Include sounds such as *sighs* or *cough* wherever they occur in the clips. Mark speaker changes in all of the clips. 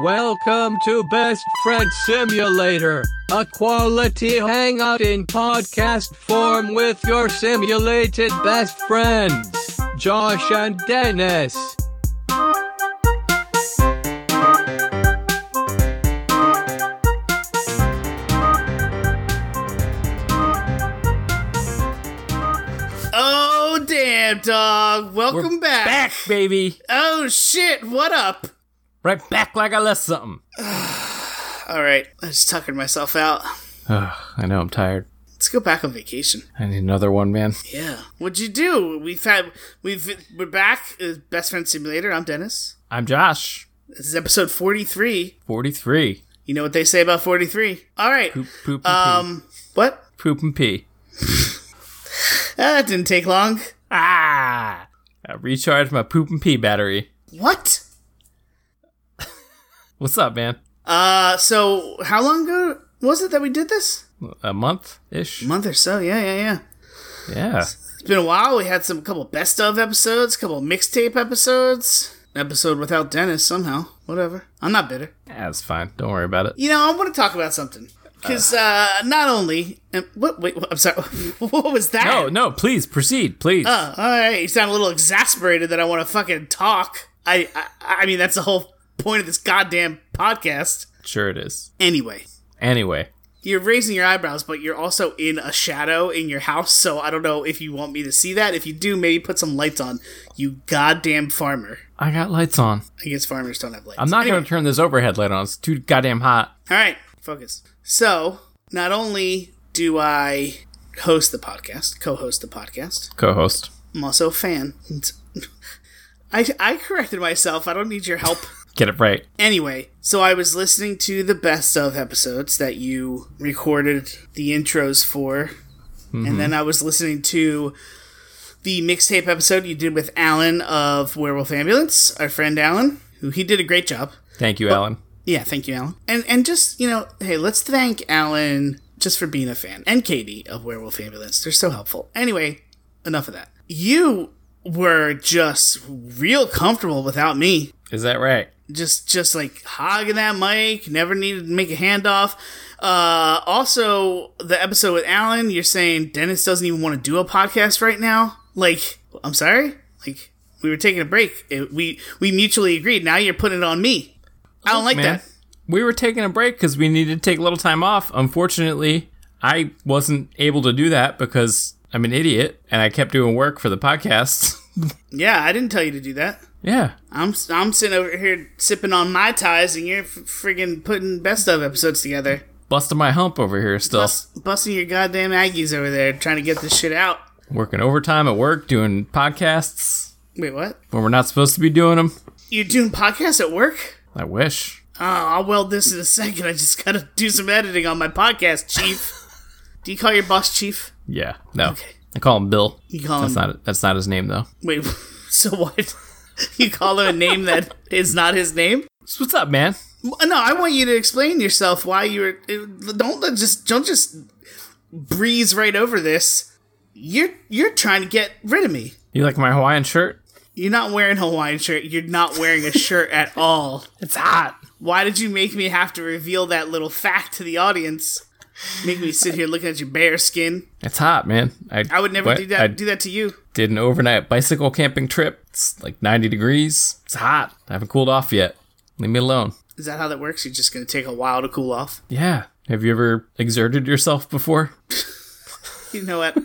Speaker 1: Welcome to Best Friend Simulator, a quality hangout in podcast form with your simulated best friends, Josh and Dennis.
Speaker 2: Oh, damn, dog. Welcome
Speaker 3: We're
Speaker 2: back.
Speaker 3: Back, baby.
Speaker 2: Oh, shit. What up?
Speaker 3: Right back like I left something.
Speaker 2: All right. I was tucking myself out.
Speaker 3: Ugh, I know, I'm tired.
Speaker 2: Let's go back on vacation.
Speaker 3: I need another one, man.
Speaker 2: Yeah. What'd you do? We've had, we've, we're back. Uh, Best Friend Simulator. I'm Dennis.
Speaker 3: I'm Josh,
Speaker 2: This is episode 43.
Speaker 3: 43.
Speaker 2: You know what they say about 43. All right.
Speaker 3: Poop, poop, and
Speaker 2: Um, what?
Speaker 3: pee. Poop and pee.
Speaker 2: Ah, that didn't take long.
Speaker 3: Ah! I recharged my poop and pee battery.
Speaker 2: What?
Speaker 3: What's up, man?
Speaker 2: Uh, so how long ago was it that we did this?
Speaker 3: A month ish?
Speaker 2: month or so. Yeah, yeah, yeah.
Speaker 3: Yeah.
Speaker 2: It's been a while. We had some couple best of episodes, couple mixtape episodes, an episode without Dennis somehow. Whatever. I'm not bitter.
Speaker 3: That's fine. Don't worry about it.
Speaker 2: You know, I want to talk about something because uh, not only and what wait what, I'm sorry *laughs* what was that?
Speaker 3: No, Oh, no, please proceed, please.
Speaker 2: Uh, all right, you sound a little exasperated that I want to fucking talk. I, I I mean that's the whole point of this goddamn podcast.
Speaker 3: Sure, it is.
Speaker 2: Anyway.
Speaker 3: Anyway,
Speaker 2: You're raising your eyebrows, but you're also in a shadow in your house, so I don't know if you want me to see that. If you do, maybe put some lights on. You goddamn farmer.
Speaker 3: I got lights on.
Speaker 2: I guess farmers don't have lights.
Speaker 3: I'm not
Speaker 2: Anyway,
Speaker 3: going to turn this overhead light on. It's too goddamn hot.
Speaker 2: All right, focus. So, not only do I host the podcast, co-host the podcast,
Speaker 3: Co host.
Speaker 2: I'm also a fan. *laughs* I I corrected myself. I don't need
Speaker 3: *laughs*
Speaker 2: your help.
Speaker 3: Get it right.
Speaker 2: Anyway, so I was listening to the best of episodes that you recorded the intros for,
Speaker 3: Mm-hmm.
Speaker 2: and then I was listening to the mixtape episode you did with Alan of Werewolf Ambulance, our friend Alan, who he did a great job.
Speaker 3: Thank you, Alan.
Speaker 2: Yeah, thank you, Alan. And and just you know, hey, let's thank Alan just for being a fan and Katie of Werewolf Ambulance. They're so helpful. Anyway, enough of that. You were just real comfortable without me
Speaker 3: Is that right?
Speaker 2: just just like hogging that mic never needed to make a handoff uh also the episode with alan you're saying dennis doesn't even want to do a podcast right now like i'm sorry like we were taking a break It- we we mutually agreed now you're putting it on me i don't like
Speaker 3: man.
Speaker 2: that
Speaker 3: We were taking a break because we needed to take a little time off. Unfortunately, I wasn't able to do that because I'm an idiot and I kept doing work for the podcast.
Speaker 2: yeah i didn't tell you to do that
Speaker 3: *laughs* yeah.
Speaker 2: i'm i'm sitting over here sipping on my ties and you're f- friggin putting best of episodes together
Speaker 3: Busting my hump over here still.
Speaker 2: Bust, busting your goddamn aggies over there trying to get this shit out
Speaker 3: Working overtime at work, doing podcasts
Speaker 2: wait what
Speaker 3: when we're not supposed to be doing them.
Speaker 2: you're doing podcasts at work
Speaker 3: I wish.
Speaker 2: Oh, I'll weld this in a *laughs* second. I just gotta do some editing on my
Speaker 3: *laughs*
Speaker 2: podcast, Chief. do you call your boss Chief?
Speaker 3: Yeah. No. I call him Bill.
Speaker 2: You call
Speaker 3: That's
Speaker 2: him.
Speaker 3: not that's not his name though.
Speaker 2: Wait, *laughs* so what? *laughs* you call him a name that is not his name?
Speaker 3: So what's up, man?
Speaker 2: No, I want you to explain yourself why you were. it- Don't let- just don't just breeze right over this. You're you're trying to get rid of me.
Speaker 3: You like my Hawaiian shirt?
Speaker 2: You're not wearing a Hawaiian shirt. You're not
Speaker 3: *laughs*
Speaker 2: wearing a shirt at all.
Speaker 3: It's hot.
Speaker 2: Why did you make me have to reveal that little fact to the audience? Make me sit here looking at your bare skin.
Speaker 3: It's hot, man. I,
Speaker 2: I would never
Speaker 3: what?
Speaker 2: do that.
Speaker 3: I
Speaker 2: do that to you.
Speaker 3: did an overnight bicycle camping trip. It's like 90 degrees. It's hot. I haven't cooled off yet. Leave me alone.
Speaker 2: Is that how that works? You're just gonna take a while to cool off.
Speaker 3: Yeah. Have you ever exerted yourself before?
Speaker 2: You know what?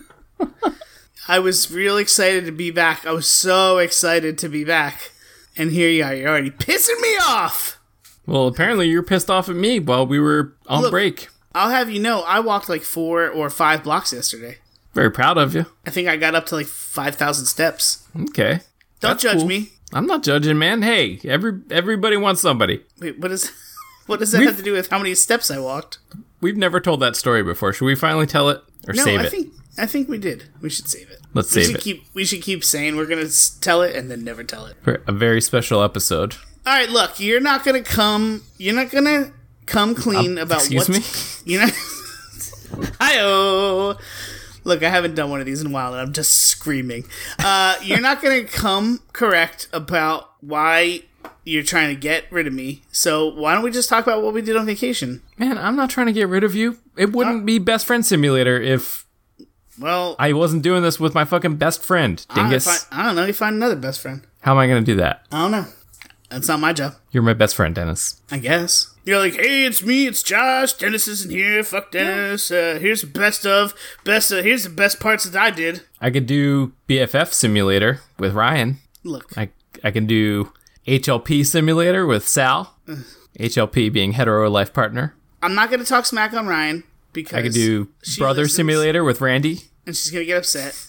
Speaker 2: I was real excited to be back. I was so excited to be back, and here you are. You're already pissing me off.
Speaker 3: Well, apparently you're pissed off at me while we were on
Speaker 2: Look-
Speaker 3: break.
Speaker 2: I'll have you know, I walked like four or five blocks yesterday.
Speaker 3: Very proud of you.
Speaker 2: I think I got up to like five thousand steps.
Speaker 3: Okay.
Speaker 2: Don't
Speaker 3: That's
Speaker 2: judge
Speaker 3: cool.
Speaker 2: me.
Speaker 3: I'm not judging, man. Hey, every everybody wants somebody.
Speaker 2: Wait, what is? *laughs* What does that
Speaker 3: We've-
Speaker 2: have to do with how many steps I walked?
Speaker 3: We've never told that story before. Should we finally tell it or
Speaker 2: No,
Speaker 3: save
Speaker 2: I
Speaker 3: it?
Speaker 2: think I think we did. We should save it.
Speaker 3: Let's
Speaker 2: we
Speaker 3: save
Speaker 2: should
Speaker 3: it.
Speaker 2: Keep, we should keep saying we're gonna s- tell it and then never tell it.
Speaker 3: For a very special episode.
Speaker 2: All right, look, you're not gonna come. You're not gonna come clean about
Speaker 3: Um, Excuse
Speaker 2: what.
Speaker 3: me?
Speaker 2: *laughs* You know. *laughs* Hi-oh. Look, I haven't done one of these in a while, and
Speaker 3: *laughs*
Speaker 2: I'm just screaming. Uh, you're not gonna come correct about why you're trying to get rid of me. So why don't we just talk about what we did on vacation?
Speaker 3: Man, I'm not trying to get rid of you. It wouldn't be best friend simulator if
Speaker 2: Well,
Speaker 3: I wasn't doing this with my fucking best friend,
Speaker 2: I,
Speaker 3: dingus.
Speaker 2: fi- I don't know. You find another best friend.
Speaker 3: How am I going to do that?
Speaker 2: I don't know. That's not my job,
Speaker 3: You're my best friend, Dennis.
Speaker 2: I guess. You're like, hey, it's me, it's Josh. Dennis isn't here. Fuck Dennis. Uh, here's the best of best. Of, here's the best parts that I did.
Speaker 3: I could do BFF simulator with Ryan.
Speaker 2: Look,
Speaker 3: I I can do HLP simulator with
Speaker 2: *sighs*
Speaker 3: Sal. HLP being hetero life partner.
Speaker 2: I'm not gonna talk smack on Ryan because
Speaker 3: I could do
Speaker 2: she
Speaker 3: brother
Speaker 2: listens.
Speaker 3: simulator with Randy.
Speaker 2: and she's gonna get upset.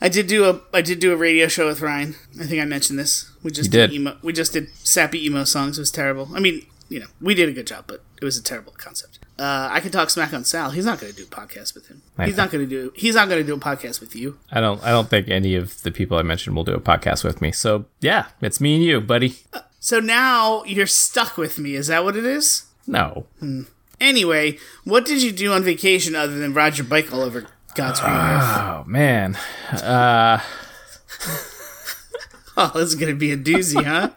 Speaker 2: I did do a I did do a radio show with Ryan. I think I mentioned this. We just
Speaker 3: You
Speaker 2: did,
Speaker 3: did.
Speaker 2: emo. We just did sappy emo songs. It was terrible. I mean, you know, we did a good job, but it was a terrible concept. Uh, I can talk smack on Sal. He's not gonna do a podcast with him. He's
Speaker 3: know.
Speaker 2: not gonna do. He's not gonna do a podcast with you.
Speaker 3: I don't I don't think any of the people I mentioned will do a podcast with me. So yeah, it's me and you, buddy.
Speaker 2: So now you're stuck with me. Is that what it is?
Speaker 3: No.
Speaker 2: Anyway, what did you do on vacation other than ride your bike all over God's green earth?
Speaker 3: Oh man.
Speaker 2: *laughs* Oh, this is gonna be a doozy, huh?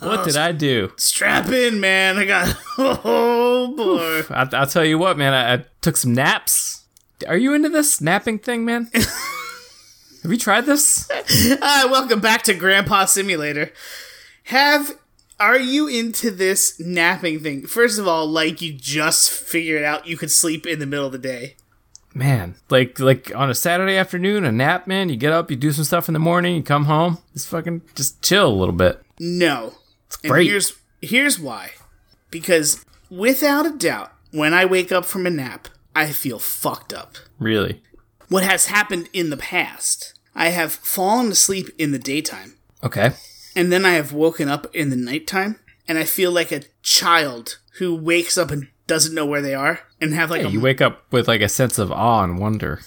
Speaker 3: What did I do?
Speaker 2: Strap in, man. I got *laughs* oh boy.
Speaker 3: I, I'll tell you what, man. I, I took some naps. Are you into this napping thing,
Speaker 2: *laughs*
Speaker 3: man? Have you tried this?
Speaker 2: Hi, welcome back to Grandpa Simulator. Have are you into this napping thing? First of all, like you just figured out you could sleep in the middle of the day.
Speaker 3: Man, like like on a Saturday afternoon, a nap, man. You get up, you do some stuff in the morning, you come home, just fucking just chill a little bit.
Speaker 2: No. And
Speaker 3: great.
Speaker 2: here's here's why. Because without a doubt, when I wake up from a nap, I feel fucked up.
Speaker 3: Really.
Speaker 2: What has happened in the past? I have fallen asleep in the daytime.
Speaker 3: Okay.
Speaker 2: and then I have woken up in the nighttime, and I feel like a child who wakes up and doesn't know where they are, and have like a
Speaker 3: You wake up with like a sense of awe and wonder.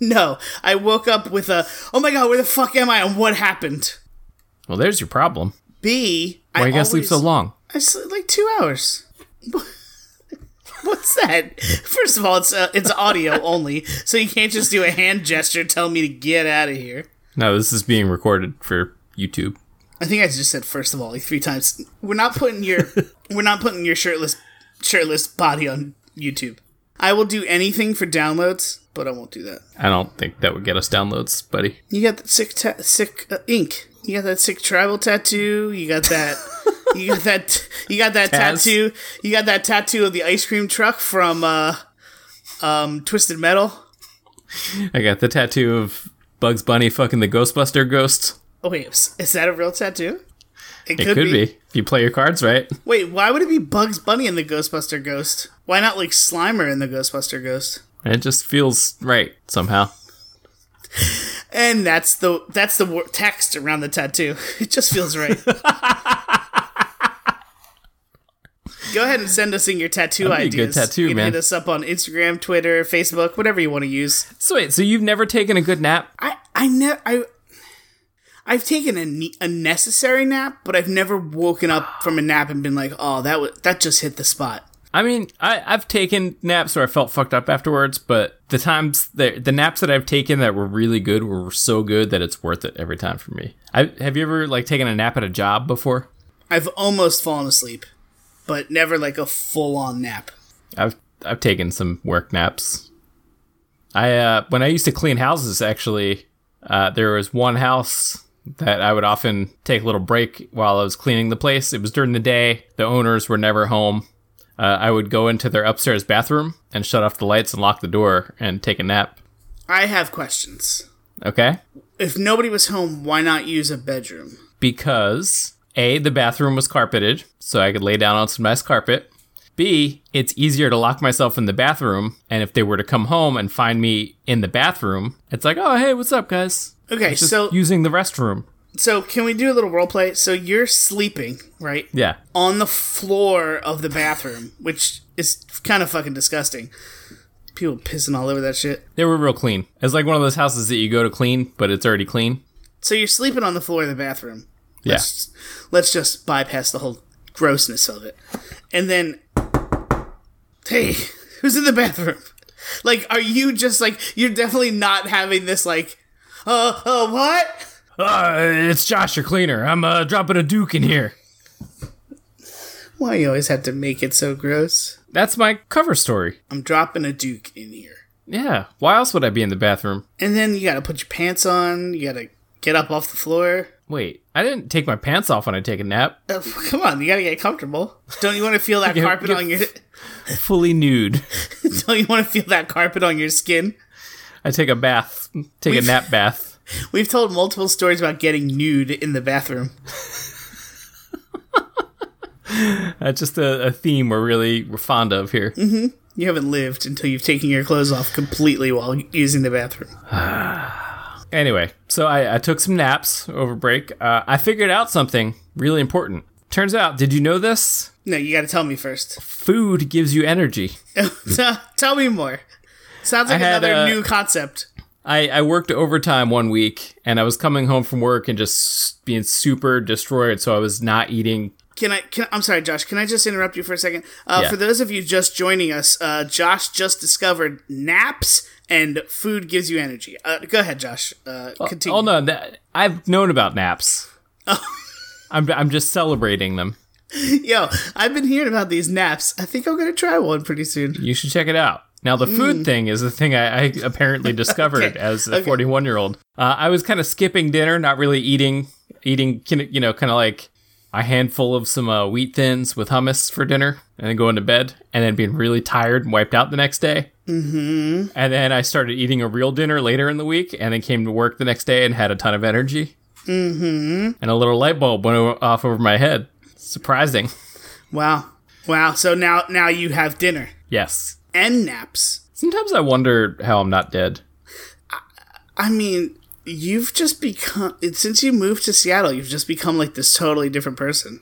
Speaker 2: no. I woke up with a oh my god, where the fuck am I, and what happened?
Speaker 3: Well, there's your problem.
Speaker 2: B.
Speaker 3: Why you gotta sleep so
Speaker 2: always-
Speaker 3: long?
Speaker 2: I sleep like two hours. *laughs* What's that? First of all, it's uh, it's audio only, so you can't just do a hand gesture telling me to get out of here.
Speaker 3: No, this is being recorded for YouTube.
Speaker 2: I think I just said first of all like three times. We're not putting your we're not putting your shirtless shirtless body on YouTube. I will do anything for downloads, but I won't do that.
Speaker 3: I don't think that would get us downloads, buddy.
Speaker 2: You got that sick ta- sick uh, ink. You got that sick tribal tattoo. You got
Speaker 3: *laughs*
Speaker 2: that. you got that. You got
Speaker 3: Taz.
Speaker 2: that tattoo. You got that tattoo of the ice cream truck from uh, um, Twisted Metal.
Speaker 3: I got the tattoo of Bugs Bunny fucking the Ghostbuster ghost.
Speaker 2: Oh wait, is is that a real tattoo?
Speaker 3: It could, be. if you play your cards right.
Speaker 2: Wait, why would it be Bugs Bunny and the Ghostbuster Ghost? Why not like Slimer and the Ghostbuster Ghost?
Speaker 3: It just feels right somehow.
Speaker 2: And that's the that's the wor- text around the tattoo. *laughs* It just
Speaker 3: *laughs*
Speaker 2: feels right. Go ahead and send us in your tattoo
Speaker 3: That'd
Speaker 2: ideas.
Speaker 3: be a good tattoo,
Speaker 2: you can
Speaker 3: man.
Speaker 2: Hit us up on Instagram, Twitter, Facebook, whatever you want to use.
Speaker 3: So wait, so you've never taken a good nap?
Speaker 2: I I never I I've taken a, ne- a necessary nap, but I've never woken up from a nap and been like, "Oh, that was that just hit the spot."
Speaker 3: I mean, I, I've taken naps where I felt fucked up afterwards, but the times the the naps that I've taken that were really good were so good that it's worth it every time for me. I, have you ever like taken a nap at a job before?
Speaker 2: I've almost fallen asleep, but never like a full on nap.
Speaker 3: I've I've taken some work naps. I uh, when I used to clean houses, actually, uh, there was one house that I would often take a little break while I was cleaning the place. It was during the day; the owners were never home. Uh, I would go into their upstairs bathroom and shut off the lights and lock the door and take a nap.
Speaker 2: I have questions.
Speaker 3: Okay,
Speaker 2: If nobody was home, why not use a bedroom?
Speaker 3: because a the bathroom was carpeted, so I could lay down on some nice carpet. B, it's easier to lock myself in the bathroom, and if they were to come home and find me in the bathroom, it's like, oh hey, what's up, guys?
Speaker 2: Okay,
Speaker 3: Just
Speaker 2: so
Speaker 3: using the restroom.
Speaker 2: so can we do a little role play? So you're sleeping, right?
Speaker 3: Yeah,
Speaker 2: On the floor of the bathroom, which is kind of fucking disgusting. People pissing all over that shit.
Speaker 3: they were real clean. It's like one of those houses that you go to clean, but it's already clean.
Speaker 2: So you're sleeping on the floor of the bathroom.
Speaker 3: Yeah,
Speaker 2: Let's, let's just bypass the whole grossness of it. And then Hey, *laughs* who's in the bathroom? Like, are you just like you're definitely not having this like uh uh what?
Speaker 3: Uh, it's Josh, your cleaner. I'm uh, dropping a Duke in here.
Speaker 2: Why you always have to make it so gross?
Speaker 3: That's my cover story.
Speaker 2: I'm dropping a Duke in here.
Speaker 3: Yeah. Why else would I be in the bathroom?
Speaker 2: And then you gotta put your pants on, you gotta get up off the floor.
Speaker 3: Wait, I didn't take my pants off when I take a nap.
Speaker 2: Uh, come on, you gotta get comfortable. Don't you wanna
Speaker 3: *laughs*
Speaker 2: feel that
Speaker 3: Get-
Speaker 2: carpet
Speaker 3: get-
Speaker 2: on your
Speaker 3: Fully nude.
Speaker 2: *laughs* Don't you wanna feel that carpet on your skin?
Speaker 3: I take a bath. Take a nap bath.
Speaker 2: We've told multiple stories about getting nude in the bathroom.
Speaker 3: That's just a, a theme we're really we're fond of here.
Speaker 2: You haven't lived until you've taken your clothes off completely while using the bathroom.
Speaker 3: Anyway, so I, I took some naps over break. Uh, I figured out something really important. Turns out, did you know this?
Speaker 2: No, you gotta tell me first. *laughs*
Speaker 3: Food gives you energy.
Speaker 2: T- tell me more. Sounds like
Speaker 3: had,
Speaker 2: another
Speaker 3: uh,
Speaker 2: new concept.
Speaker 3: I, I worked overtime one week and I was coming home from work and just being super destroyed, so I was not eating.
Speaker 2: Can I? Can, I'm sorry, Josh. Can I just interrupt you for a second? Uh,
Speaker 3: Yeah.
Speaker 2: For those of you just joining us, uh, Josh just discovered naps and food gives you energy. Uh, go ahead, Josh. Uh, continue.
Speaker 3: Oh no, that, I've known about naps. I'm I'm just celebrating them.
Speaker 2: *laughs* Yo, I've been hearing about these naps. I think I'm gonna try one pretty soon.
Speaker 3: You should check it out. Now, the food thing is the thing I, I apparently discovered
Speaker 2: Okay,
Speaker 3: as a
Speaker 2: okay.
Speaker 3: 41 year old. Uh, I was kind of skipping dinner, not really eating, eating, kin- you know, kind of like a handful of some uh, wheat thins with hummus for dinner and then going to bed and then being really tired and wiped out the next day. Mm-hmm. And then I started eating a real dinner later in the week and then came to work the next day and had a ton of energy. Mm-hmm. And a little light bulb went o- off over my head. Surprising.
Speaker 2: Wow, wow. So now, now you have dinner
Speaker 3: Yes.
Speaker 2: and naps.
Speaker 3: Sometimes I wonder how I'm not dead.
Speaker 2: I mean, you've just become since you moved to Seattle, you've just become like this totally different person.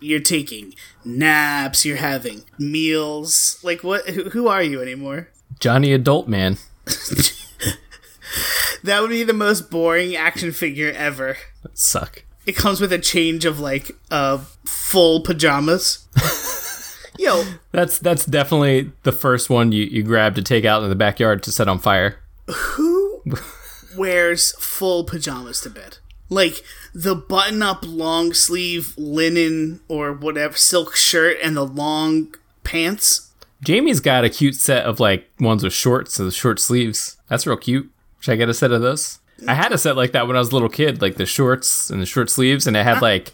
Speaker 2: you're taking naps, you're having meals. Like what who, who are you anymore?
Speaker 3: Johnny Adult Man.
Speaker 2: That would be the most boring action figure ever.
Speaker 3: suck.
Speaker 2: It comes with a change of like uh full pajamas. Yo,
Speaker 3: That's that's definitely the first one you, you grab to take out in the backyard to set on fire.
Speaker 2: who wears full pajamas to bed? Like the button up long sleeve linen or whatever silk shirt and the long pants.
Speaker 3: Jamie's got a cute set of like ones with shorts and short sleeves. That's real cute. Should I get a set of those? I had a set like that when I was a little kid, like the shorts and the short sleeves, and it had like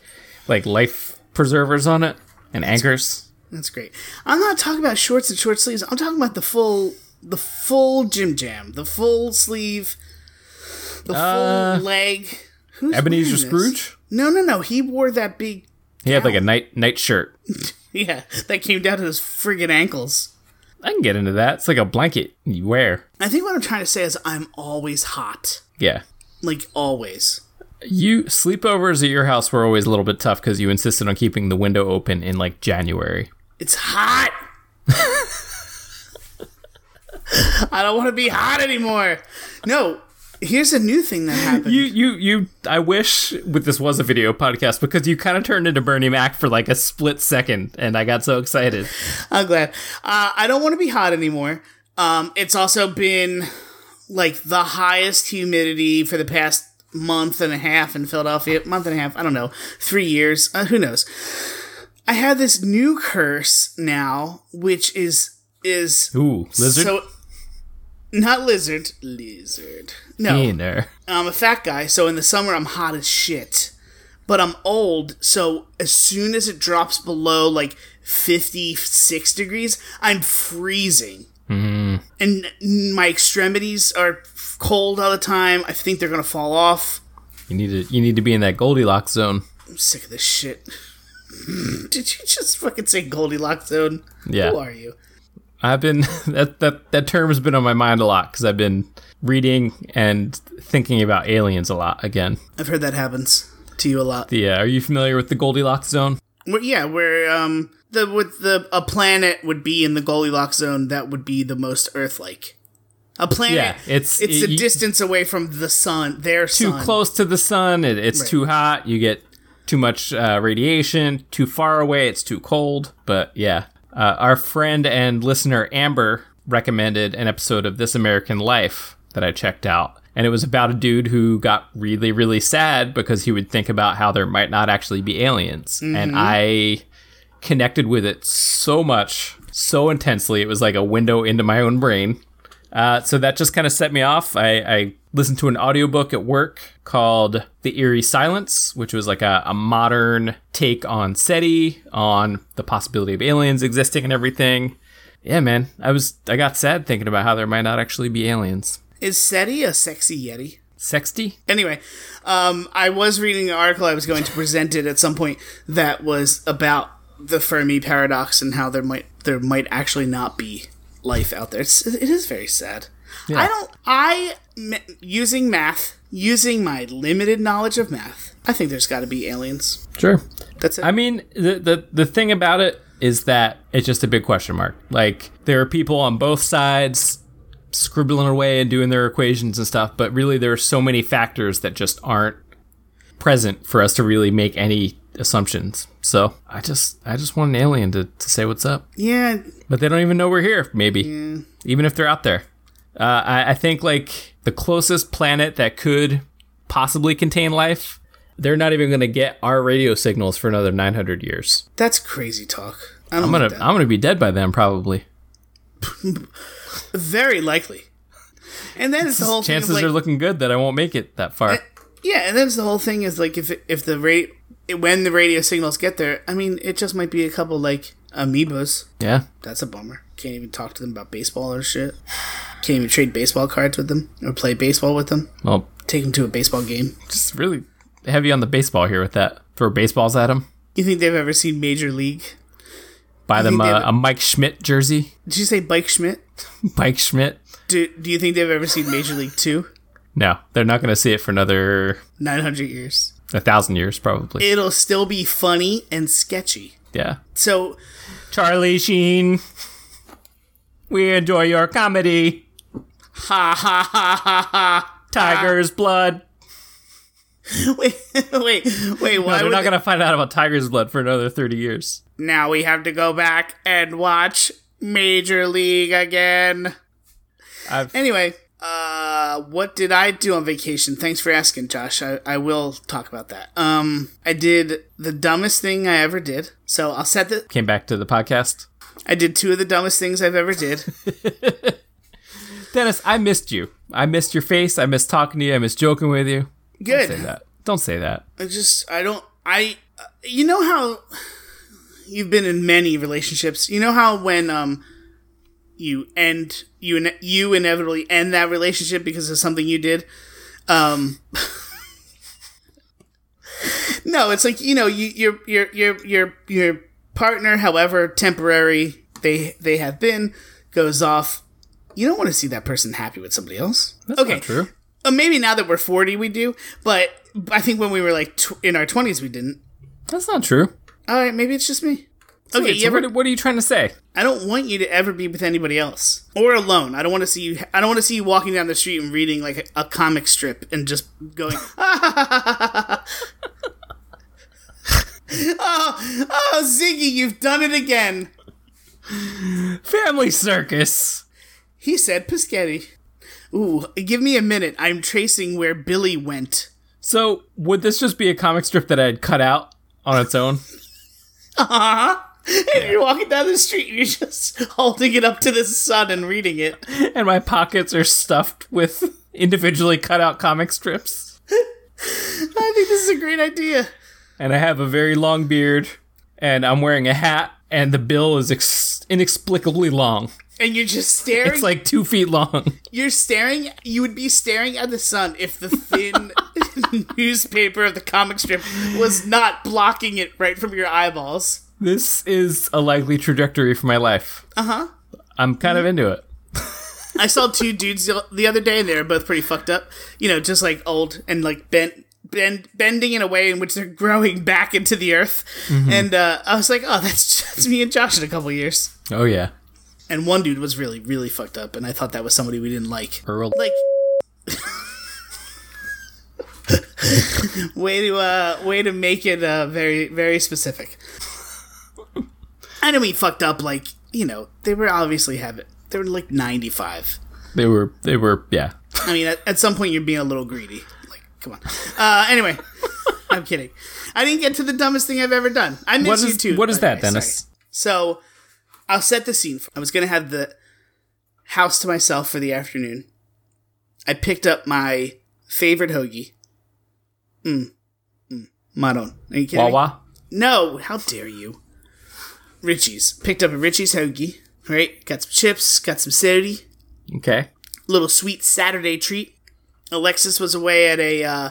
Speaker 3: like life preservers on it and anchors.
Speaker 2: That's great. I'm not talking about shorts and short sleeves. I'm talking about the full the full gym jam, the full sleeve, the
Speaker 3: Uh,
Speaker 2: full leg. Who's
Speaker 3: Ebenezer
Speaker 2: wearing this?
Speaker 3: Scrooge.
Speaker 2: No, no, no. He wore that big *laughs*
Speaker 3: He had like a night night shirt.
Speaker 2: yeah that came down to his friggin' ankles.
Speaker 3: I can get into that. It's like a blanket you wear.
Speaker 2: I think what I'm trying to say is I'm always hot,
Speaker 3: Yeah.
Speaker 2: like always.
Speaker 3: You sleepovers at your house were always a little bit tough because you insisted on keeping the window open in like January.
Speaker 2: It's hot.
Speaker 3: *laughs*
Speaker 2: I don't want to be hot anymore. No, here's a new thing that happened.
Speaker 3: You, you, you. I wish with this was a video podcast because you kind of turned into Bernie Mac for like a split second, and I got so excited.
Speaker 2: I'm glad. Uh, I don't want to be hot anymore. Um, it's also been like the highest humidity for the past month and a half in Philadelphia. Month and a half, I don't know, three years, uh, who knows? I have this new curse now, which is is
Speaker 3: Ooh, lizard
Speaker 2: so not lizard, lizard. No,
Speaker 3: in there.
Speaker 2: I'm a fat guy, so in the summer I'm hot as shit. But I'm old, so as soon as it drops below like 56 degrees, I'm freezing. Mm. And my extremities are cold all the time. I think they're going to fall off.
Speaker 3: You need to, you need to be in that Goldilocks zone.
Speaker 2: I'm sick of this shit. *laughs* Did you just fucking say Goldilocks zone?
Speaker 3: Yeah.
Speaker 2: Who are you?
Speaker 3: I've been *laughs* that that that term has been on my mind a lot because I've been reading and thinking about aliens a lot again.
Speaker 2: I've heard that happens to you a lot.
Speaker 3: Yeah, are you familiar with the Goldilocks zone?
Speaker 2: Well, yeah, where um the with the a planet would be in the Goldilocks zone that would be the most Earth-like. A planet.
Speaker 3: Yeah, it's-
Speaker 2: it's
Speaker 3: it-
Speaker 2: the
Speaker 3: you-
Speaker 2: distance away from the sun. Their
Speaker 3: too
Speaker 2: sun.
Speaker 3: close to the sun, it, it's too hot. You get too much uh, radiation. Too far away, it's too cold. But yeah, uh, our friend and listener Amber recommended an episode of This American Life that I checked out, and it was about a dude who got really really sad because he would think about how there might not actually be aliens and i connected with it so much so intensely it was like a window into my own brain uh, so that just kind of set me off I, I listened to an audiobook at work called the eerie silence which was like a, a modern take on seti on the possibility of aliens existing and everything yeah man i was i got sad thinking about how there might not actually be aliens
Speaker 2: Is SETI a sexy Yeti?
Speaker 3: Sexty?
Speaker 2: Anyway, um, I was reading an article I was going to present it at some point that was about the Fermi paradox and how there might there might actually not be life out there. It's, it is very sad. I don't. I m- using math, using my limited knowledge of math, I think there's got to be aliens.
Speaker 3: Sure.
Speaker 2: That's it.
Speaker 3: I mean, the, the the thing about it is that it's just a big question mark. Like there are people on both sides scribbling away and doing their equations and stuff, but really there are so many factors that just aren't present for us to really make any assumptions. So I just I just want an alien to, to say what's up.
Speaker 2: yeah,
Speaker 3: But they don't even know we're here, maybe. Even if they're out there. Uh, I, I think, like, the closest planet that could possibly contain life, they're not even going to get our radio signals for another 900 years.
Speaker 2: that's crazy talk. I don't
Speaker 3: I'm
Speaker 2: like
Speaker 3: going to
Speaker 2: that.
Speaker 3: I'm gonna be dead by then, probably.
Speaker 2: Very likely. And then it's the whole
Speaker 3: Chances
Speaker 2: thing of, like,
Speaker 3: are looking good that I won't make it that far.
Speaker 2: Yeah, and that's the whole thing is like if if the rate when the radio signals get there, I mean, it just might be a couple like amoebas.
Speaker 3: yeah.
Speaker 2: That's a bummer. Can't even talk to them about baseball or shit. Can't even trade baseball cards with them or play baseball with them.
Speaker 3: Well,
Speaker 2: Take them to a baseball game.
Speaker 3: just really heavy on the baseball here with that. Throw baseballs at them.
Speaker 2: You think they've ever seen Major League?
Speaker 3: Buy them
Speaker 2: think they
Speaker 3: a,
Speaker 2: have-
Speaker 3: a Mike Schmidt jersey. *laughs*
Speaker 2: Did you say Mike Schmidt?
Speaker 3: Mike Schmidt.
Speaker 2: Do Do you think they've ever seen Major League Two? *laughs*
Speaker 3: No, they're not going to see it for another
Speaker 2: Nine hundred years.
Speaker 3: a thousand years, probably.
Speaker 2: It'll still be funny and sketchy.
Speaker 3: yeah.
Speaker 2: So *laughs*
Speaker 3: Charlie Sheen. We enjoy your comedy.
Speaker 2: ha ha ha ha ha.
Speaker 3: Tiger's
Speaker 2: Ah.
Speaker 3: blood.
Speaker 2: Wait, wait, wait.
Speaker 3: No,
Speaker 2: Why
Speaker 3: they're
Speaker 2: would
Speaker 3: not
Speaker 2: they-
Speaker 3: going to find out about Tiger's blood for another 30 years.
Speaker 2: Now we have to go back and watch Major League again.
Speaker 3: I've,
Speaker 2: Anyway, uh, what did I do on vacation? Thanks for asking, Josh. I, I will talk about that. Um, I did the dumbest thing I ever did. So I'll set the.
Speaker 3: came back to the podcast.
Speaker 2: I did two of the dumbest things I've ever did.
Speaker 3: Dennis, I missed you. I missed your face. I missed talking to you. I missed joking with you. Don't say
Speaker 2: Good.
Speaker 3: that. Don't say that.
Speaker 2: I just I don't I uh, you know how you've been in many relationships. You know how when um you end you ine- you inevitably end that relationship because of something you did. Um *laughs* No, it's like you know you your your your your your partner, however temporary they they have been, goes off. You don't want to see that person happy with somebody else. okay,
Speaker 3: Not true.
Speaker 2: uh, maybe now that we're 40 we do but i think when we were like tw- in our 20s we didn't
Speaker 3: That's not true.
Speaker 2: all right maybe it's just me okay
Speaker 3: Wait,
Speaker 2: you
Speaker 3: so
Speaker 2: ever,
Speaker 3: what, what are you trying to say?
Speaker 2: i don't want you to ever be with anybody else or alone i don't want to see you i don't want to see you walking down the street and reading like a, a comic strip and just going *laughs* oh oh ziggy you've done it again
Speaker 3: Family circus.
Speaker 2: he said Piscetti. ooh give me a minute i'm tracing where billy went
Speaker 3: So, would this just be a comic strip that I had cut out on its own?
Speaker 2: And you're walking down the street and you're just *laughs* holding it up to the sun and reading it.
Speaker 3: and my pockets are stuffed with *laughs* individually cut out comic strips?
Speaker 2: I think this is a great idea.
Speaker 3: and I have a very long beard, and I'm wearing a hat, and the bill is ex- inexplicably long.
Speaker 2: And you're just staring.
Speaker 3: It's like two feet long. *laughs*
Speaker 2: you're staring. You would be staring at the sun if
Speaker 3: *laughs*
Speaker 2: the thin *laughs* newspaper of the comic strip was not blocking it right from your eyeballs.
Speaker 3: This is a likely trajectory for my life. Uh huh.
Speaker 2: Uh-huh.
Speaker 3: I'm kind of into it.
Speaker 2: I saw two dudes the- the other day and they were both pretty fucked up. You know, just like old and like bent. Bend, bending in a way in which they're growing back into the earth,
Speaker 3: Mm-hmm.
Speaker 2: and uh, I was like, "Oh, that's *laughs* that's me and Josh in a couple years."
Speaker 3: Oh yeah,
Speaker 2: And one dude was really, really fucked up, and I thought that was somebody we didn't like.
Speaker 3: Earl.
Speaker 2: Like, *laughs* way to uh, way to make it uh, very, very specific. I know we fucked up. Like, you know, they were obviously having. They were like ninety five.
Speaker 3: They were. They were. Yeah.
Speaker 2: I mean, at, at some point you're being a little greedy. Like, come on. Uh,
Speaker 3: *laughs*
Speaker 2: anyway, I'm kidding. I didn't get to the dumbest thing I've ever done. I miss
Speaker 3: What is
Speaker 2: you too.
Speaker 3: what is
Speaker 2: by the
Speaker 3: that,
Speaker 2: way.
Speaker 3: Dennis?
Speaker 2: Sorry. So, I'll set the scene. I was gonna have the house to myself for the afternoon. I picked up my favorite hoagie. Mm. Mm. Maron. Are you kidding? me?
Speaker 3: Wawa.
Speaker 2: No, how dare you? Richie's. Picked up a Richie's hoagie, right? Got some chips, got some soda,
Speaker 3: Okay.
Speaker 2: little sweet Saturday treat. Alexis was away at a uh,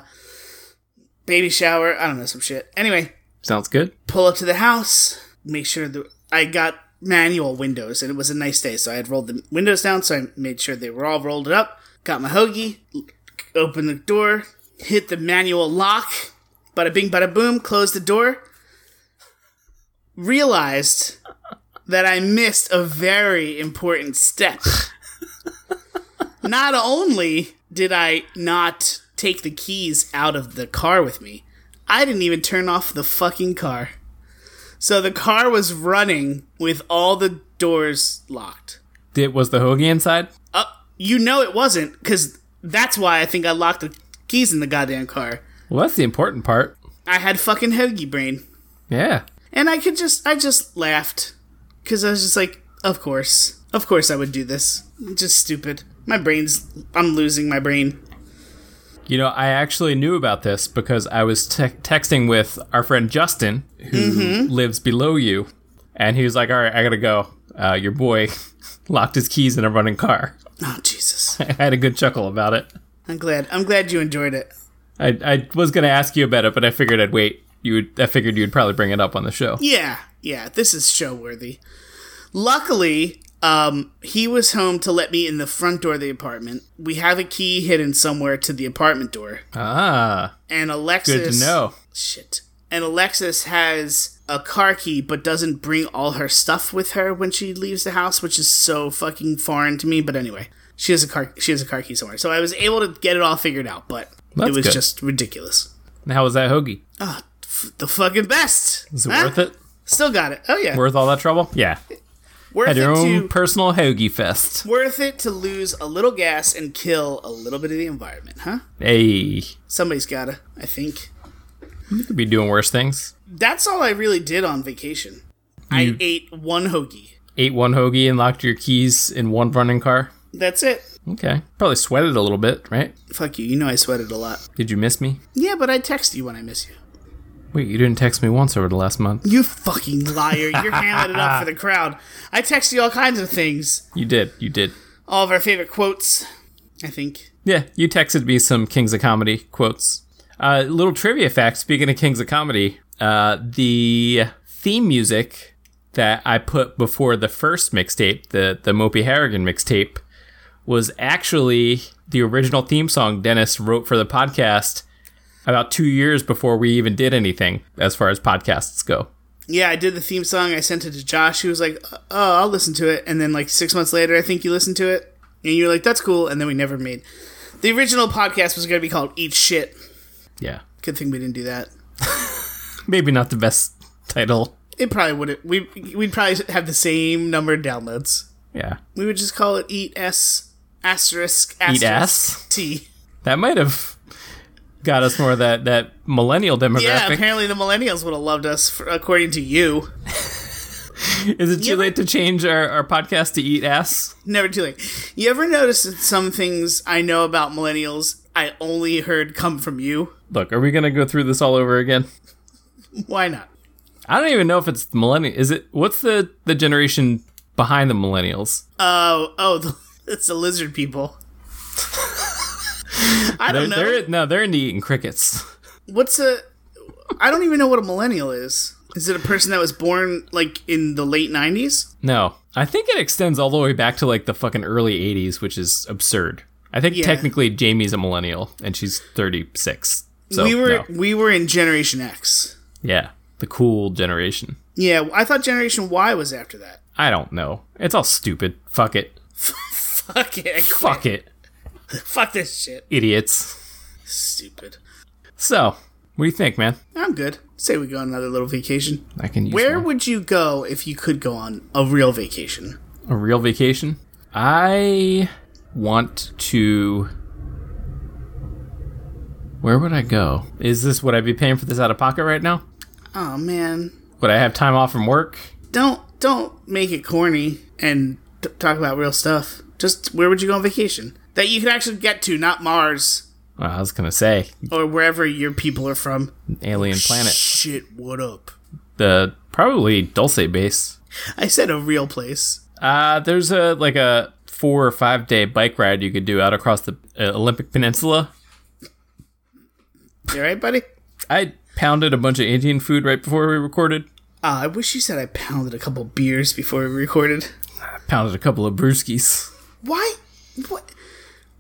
Speaker 2: baby shower. I don't know, some shit. Anyway,
Speaker 3: Sounds good.
Speaker 2: pull up to the house, make sure the I got manual windows, and it was a nice day, so I had rolled the windows down, so I made sure they were all rolled up. Got my hoagie, l- opened the door, hit the manual lock, bada bing, bada boom, closed the door. Realized that I missed a very important step. not only did I not take the keys out of the car with me, I didn't even turn off the fucking car. So the car was running with all the doors locked.
Speaker 3: Did was the hoagie inside?
Speaker 2: Uh, you know it wasn't, because that's why I think I locked the keys in the goddamn car.
Speaker 3: Well, that's the important part.
Speaker 2: I had fucking hoagie brain.
Speaker 3: Yeah.
Speaker 2: And I could just, I just laughed. Because I was just like, of course. Of course I would do this. Just stupid. My brain's, I'm losing my brain.
Speaker 3: You know, I actually knew about this because I was te- texting with our friend Justin, who
Speaker 2: Mm-hmm.
Speaker 3: lives below you, and he was like, "All right, I gotta go. Uh, your boy *laughs* locked his keys in a running car." *laughs*
Speaker 2: Oh, Jesus.
Speaker 3: I had a good chuckle about it.
Speaker 2: I'm glad. I'm glad you enjoyed it.
Speaker 3: I, I was gonna ask you about it, but I figured I'd wait. You, would, I figured you'd probably bring it up on the show.
Speaker 2: Yeah, yeah, this is show worthy. Luckily, um, he was home to let me in the front door of the apartment. We have a key hidden somewhere to the apartment door,
Speaker 3: Ah,
Speaker 2: and Alexis.
Speaker 3: good to know.
Speaker 2: Shit. And Alexis has a car key, but doesn't bring all her stuff with her when she leaves the house, which is so fucking foreign to me. But anyway, she has a car. She has a car key somewhere, so I was able to get it all figured out. But it
Speaker 3: That's
Speaker 2: was
Speaker 3: good.
Speaker 2: just ridiculous.
Speaker 3: And how was that hoagie?
Speaker 2: Ah, f- the fucking best.
Speaker 3: Is it
Speaker 2: Huh?
Speaker 3: worth it?
Speaker 2: Still got it. Oh yeah,
Speaker 3: Worth all that trouble? Yeah.
Speaker 2: worth
Speaker 3: Had
Speaker 2: it
Speaker 3: your own
Speaker 2: to
Speaker 3: personal hoagie fest.
Speaker 2: worth it to lose a little gas and kill a little bit of the environment, huh?
Speaker 3: Hey,
Speaker 2: Somebody's gotta, I think.
Speaker 3: you could be doing worse things.
Speaker 2: That's all I really did on vacation. I
Speaker 3: You-
Speaker 2: ate one hoagie.
Speaker 3: Ate one hoagie and locked your keys in one running car.
Speaker 2: That's it.
Speaker 3: Okay. Probably sweated a little bit, right?
Speaker 2: Fuck you. You know I sweated a lot.
Speaker 3: Did you miss me?
Speaker 2: Yeah, but I text you when I miss you.
Speaker 3: Wait, you didn't text me once over the last month.
Speaker 2: You fucking liar. You're hamming it
Speaker 3: *laughs*
Speaker 2: up for the crowd. I text you all kinds of things.
Speaker 3: You did. You did.
Speaker 2: All of our favorite quotes, I think.
Speaker 3: Yeah, you texted me some Kings of Comedy quotes. Uh, little trivia fact speaking of Kings of Comedy, uh, the theme music that I put before the first mixtape, the, the Mopey Harrigan mixtape, was actually the original theme song Dennis wrote for the podcast about two years before we even did anything as far as podcasts go.
Speaker 2: Yeah, I did the theme song. I sent it to Josh. He was like, oh, I'll listen to it. And then, like, six months later, I think you listened to it. And you were like, that's cool. And then we never made. The original podcast was going to be called Eat Shit.
Speaker 3: Yeah.
Speaker 2: Good thing we didn't do that.
Speaker 3: Maybe not the best title.
Speaker 2: It probably wouldn't. We, we'd probably have the same number of downloads.
Speaker 3: Yeah.
Speaker 2: We would just call it Eat S asterisk
Speaker 3: Eat
Speaker 2: asterisk
Speaker 3: ass.
Speaker 2: T.
Speaker 3: That might have got us more of that, that millennial
Speaker 2: Yeah,
Speaker 3: demographic.
Speaker 2: apparently the millennials would have loved us, for, according to you.
Speaker 3: Is it too late to change our, our podcast to eat ass?
Speaker 2: Never too late. You ever notice that some things I know about millennials I only heard come from you?
Speaker 3: Look, are we gonna go through this all over again?
Speaker 2: Why not?
Speaker 3: I don't even know if it's millennial. Is it? What's the the generation behind the millennials?
Speaker 2: Oh, oh, *laughs* the, it's the lizard people. I
Speaker 3: They're,
Speaker 2: don't know.
Speaker 3: they're no, they're into eating crickets.
Speaker 2: What's a? I don't even know what a millennial is. Is it a person that was born like in the late nineties?
Speaker 3: No, I think it extends all the way back to like the fucking early '80s, which is absurd. I think
Speaker 2: Yeah.
Speaker 3: technically Jamie's a millennial and she's 36. So
Speaker 2: we were
Speaker 3: no.
Speaker 2: we were in Generation X.
Speaker 3: yeah, the cool generation.
Speaker 2: Yeah, I thought Generation Y was after *laughs* that.
Speaker 3: I don't know. It's all stupid. Fuck it.
Speaker 2: Fuck it. I quit.
Speaker 3: Fuck it,
Speaker 2: *laughs* Fuck this shit.
Speaker 3: idiots.
Speaker 2: Stupid.
Speaker 3: So, what do you think, man?
Speaker 2: I'm good. Say we go on another little vacation.
Speaker 3: I can use
Speaker 2: Where
Speaker 3: one.
Speaker 2: would you go if you could go on a real vacation?
Speaker 3: A real vacation? I want to Where would I go? Is this would I be paying for this out of pocket right now?
Speaker 2: Oh man,
Speaker 3: Would I have time off from work?
Speaker 2: don't don't make it corny and t- talk about real stuff. Just where would you go on vacation that you could actually get to, not Mars
Speaker 3: Well, I was gonna say
Speaker 2: or wherever your people are from.
Speaker 3: alien planet.
Speaker 2: Shit, what up?
Speaker 3: The probably Dulce base.
Speaker 2: I said a real place.
Speaker 3: Uh, there's a like a four or five day bike ride you could do out across the uh, Olympic Peninsula.
Speaker 2: You all right, buddy?
Speaker 3: I pounded a bunch of Indian food right before we recorded.
Speaker 2: Uh, I wish you said I pounded a couple beers before we recorded.
Speaker 3: Pounded a couple of brewskis.
Speaker 2: Why? What?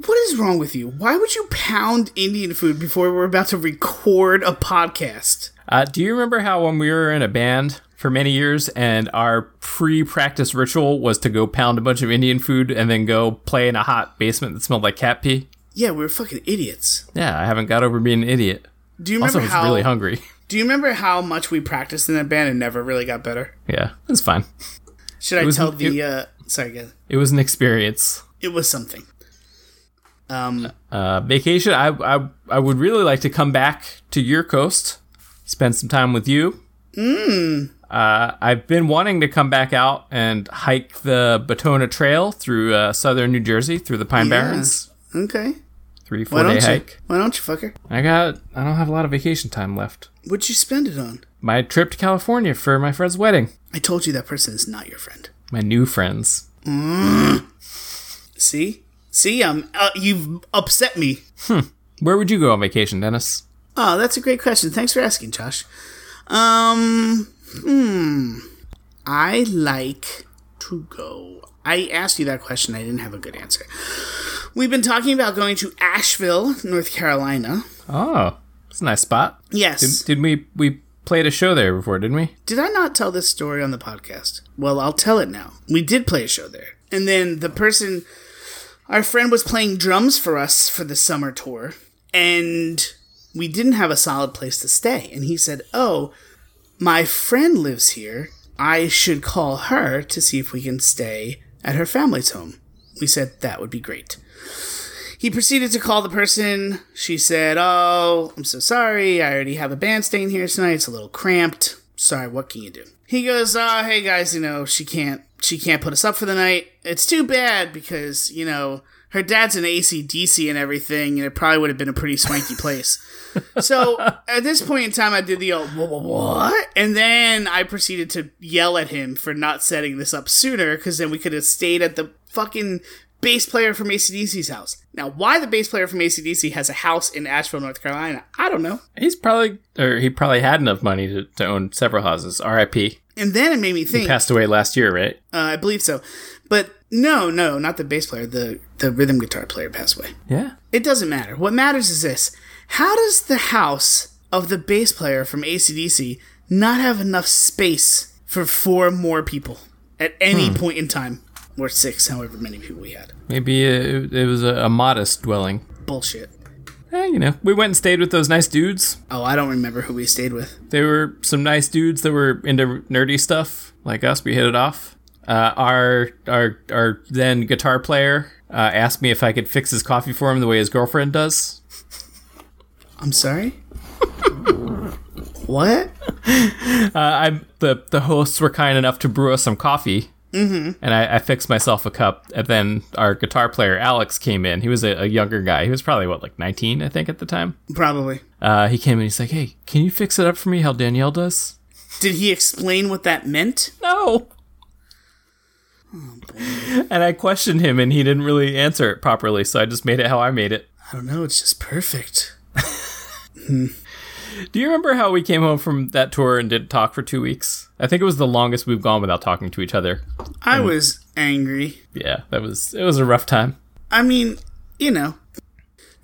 Speaker 2: What is wrong with you? Why would you pound Indian food before we're about to record a podcast?
Speaker 3: Uh, do you remember how when we were in a band for many years and our pre-practice ritual was to go pound a bunch of Indian food and then go play in a hot basement that smelled like cat pee?
Speaker 2: Yeah, we're fucking idiots.
Speaker 3: Yeah, I haven't got over being an idiot.
Speaker 2: Do you remember
Speaker 3: Also, I was
Speaker 2: how?
Speaker 3: really hungry. *laughs*
Speaker 2: do you remember how much we practiced in that band and never really got better?
Speaker 3: Yeah, that's fine.
Speaker 2: Should I
Speaker 3: was-
Speaker 2: tell the?
Speaker 3: it-
Speaker 2: uh, sorry, again.
Speaker 3: It was an experience.
Speaker 2: It was something. Um,
Speaker 3: Uh, vacation. I, I I would really like to come back to your coast, spend some time with you.
Speaker 2: Hmm.
Speaker 3: Mm. Uh, I've been wanting to come back out and hike the Batona Trail through uh, southern New Jersey through the Pine
Speaker 2: Yeah.
Speaker 3: Barrens.
Speaker 2: okay.
Speaker 3: Three four
Speaker 2: Why
Speaker 3: day
Speaker 2: don't you?
Speaker 3: hike.
Speaker 2: Why don't you, fucker?
Speaker 3: I got. I don't have a lot of vacation time left.
Speaker 2: What'd you spend it on?
Speaker 3: My trip to California for my friend's wedding.
Speaker 2: I told you that person is not your friend.
Speaker 3: My new friends.
Speaker 2: See, see, um, uh, you've upset me.
Speaker 3: Where would you go on vacation, Dennis?
Speaker 2: Oh, that's a great question. Thanks for asking, Josh. Um, hmm. I like to go. I asked you that question. I didn't have a good answer. We've been talking about going to Asheville, North Carolina.
Speaker 3: Oh, it's a nice spot.
Speaker 2: Yes.
Speaker 3: Did we we played a show there before? Didn't we?
Speaker 2: Did I not tell this story on the podcast? Well, I'll tell it now. We did play a show there. And then the person, our friend was playing drums for us for the summer tour. And we didn't have a solid place to stay. And he said, Oh, my friend lives here. I should call her to see if we can stay at her family's home. We said that would be great. He proceeded to call the person. She said, Oh, I'm so sorry. I already have a band staying here tonight. It's a little cramped. Sorry, what can you do? He goes, Oh, hey guys, you know, she can't she can't put us up for the night. It's too bad because, you know, her dad's an ACDC and everything, and it probably would have been a pretty swanky place. So at this point in time, I did the old "Wha- wha- what, and then I proceeded to yell at him for not setting this up sooner, because then we could have stayed at the fucking bass player from ACDC's house. Now, why the bass player from ACDC has a house in Asheville, North Carolina, I don't know.
Speaker 3: He's probably, or he probably had enough money to, to own several houses. R.I.P.
Speaker 2: And then it made me think. Uh,
Speaker 3: Passed away last year, right?
Speaker 2: I believe so, but no, no, not the bass player. The the rhythm guitar player passed away.
Speaker 3: Yeah.
Speaker 2: It doesn't matter. What matters is this How does the house of the bass player from ACDC not have enough space for four more people at any point in time? Or six, however many people we had.
Speaker 3: Maybe it, it was a, a modest dwelling.
Speaker 2: Bullshit.
Speaker 3: Eh, you know, we went and stayed with those nice dudes.
Speaker 2: Oh, I don't remember who we stayed with.
Speaker 3: They were some nice dudes that were into nerdy stuff like us. We hit it off. Uh, our our our then guitar player uh, asked me if I could fix his coffee for him the way his girlfriend does.
Speaker 2: I'm sorry? *laughs* what?
Speaker 3: Uh, I the the hosts were kind enough to brew us some coffee, mm-hmm. and I, I fixed myself a cup. And then our guitar player Alex came in. He was a, a younger guy. He was probably what like nineteen, I think, at the time.
Speaker 2: Probably.
Speaker 3: Uh, he came in. He's like, "Hey, can you fix it up for me? How Danielle does?"
Speaker 2: Did he explain what that meant?
Speaker 3: No. *laughs* and I questioned him, and he didn't really answer it properly. So I just made it how I made it.
Speaker 2: I don't know, it's just perfect.
Speaker 3: Do you remember how we came home from that tour and didn't talk for two weeks? I think it was the longest we've gone without talking to each other.
Speaker 2: I was angry.
Speaker 3: Yeah, that was it was a rough time.
Speaker 2: I mean, you know,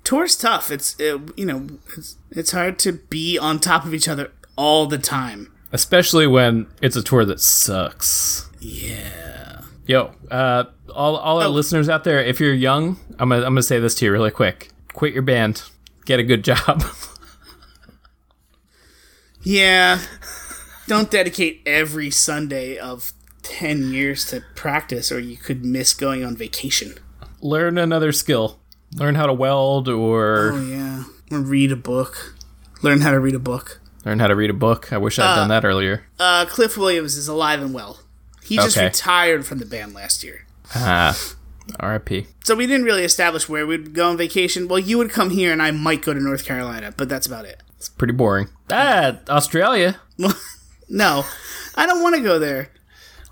Speaker 2: tour's tough. It's uh you know, it's, it's hard to be on top of each other all the time.
Speaker 3: especially when it's a tour that sucks. Yeah. Yo, uh, all all our listeners out there, if you're young, I'm gonna I'm gonna say this to you really quick: quit your band, get a good job. *laughs*
Speaker 2: Yeah. Don't dedicate every Sunday of 10 years to practice or you could miss going on vacation.
Speaker 3: Learn another skill. Learn how to weld or
Speaker 2: Oh yeah. read a book, learn how to read a book.
Speaker 3: Learn how to read a book. I wish I'd done that earlier.
Speaker 2: Uh, Cliff Williams is alive and well. He just
Speaker 3: Okay.
Speaker 2: retired from the band last year.
Speaker 3: Ah, R.I.P.
Speaker 2: So we didn't really establish where we'd go on vacation. Well, you would come here and I might go to North Carolina, but that's about it.
Speaker 3: It's pretty boring. Ah, Australia.
Speaker 2: no, I don't want to go there.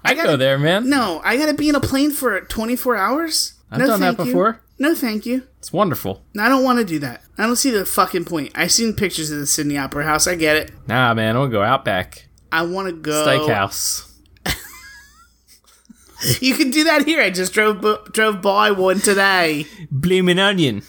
Speaker 3: I,
Speaker 2: gotta-
Speaker 3: go there, man.
Speaker 2: No, I gotta be in a plane for 24 hours?
Speaker 3: I've
Speaker 2: no,
Speaker 3: done that
Speaker 2: thank you.
Speaker 3: before.
Speaker 2: No, thank you.
Speaker 3: It's wonderful.
Speaker 2: No, I don't want to do that. I don't see the fucking point. I've seen pictures of the Sydney Opera House. I get it.
Speaker 3: Nah, man. I want to go outback.
Speaker 2: I want to go.
Speaker 3: Steakhouse.
Speaker 2: *laughs* You can do that here. I just drove bu- drove by one today. *laughs*
Speaker 3: Bloomin' onion.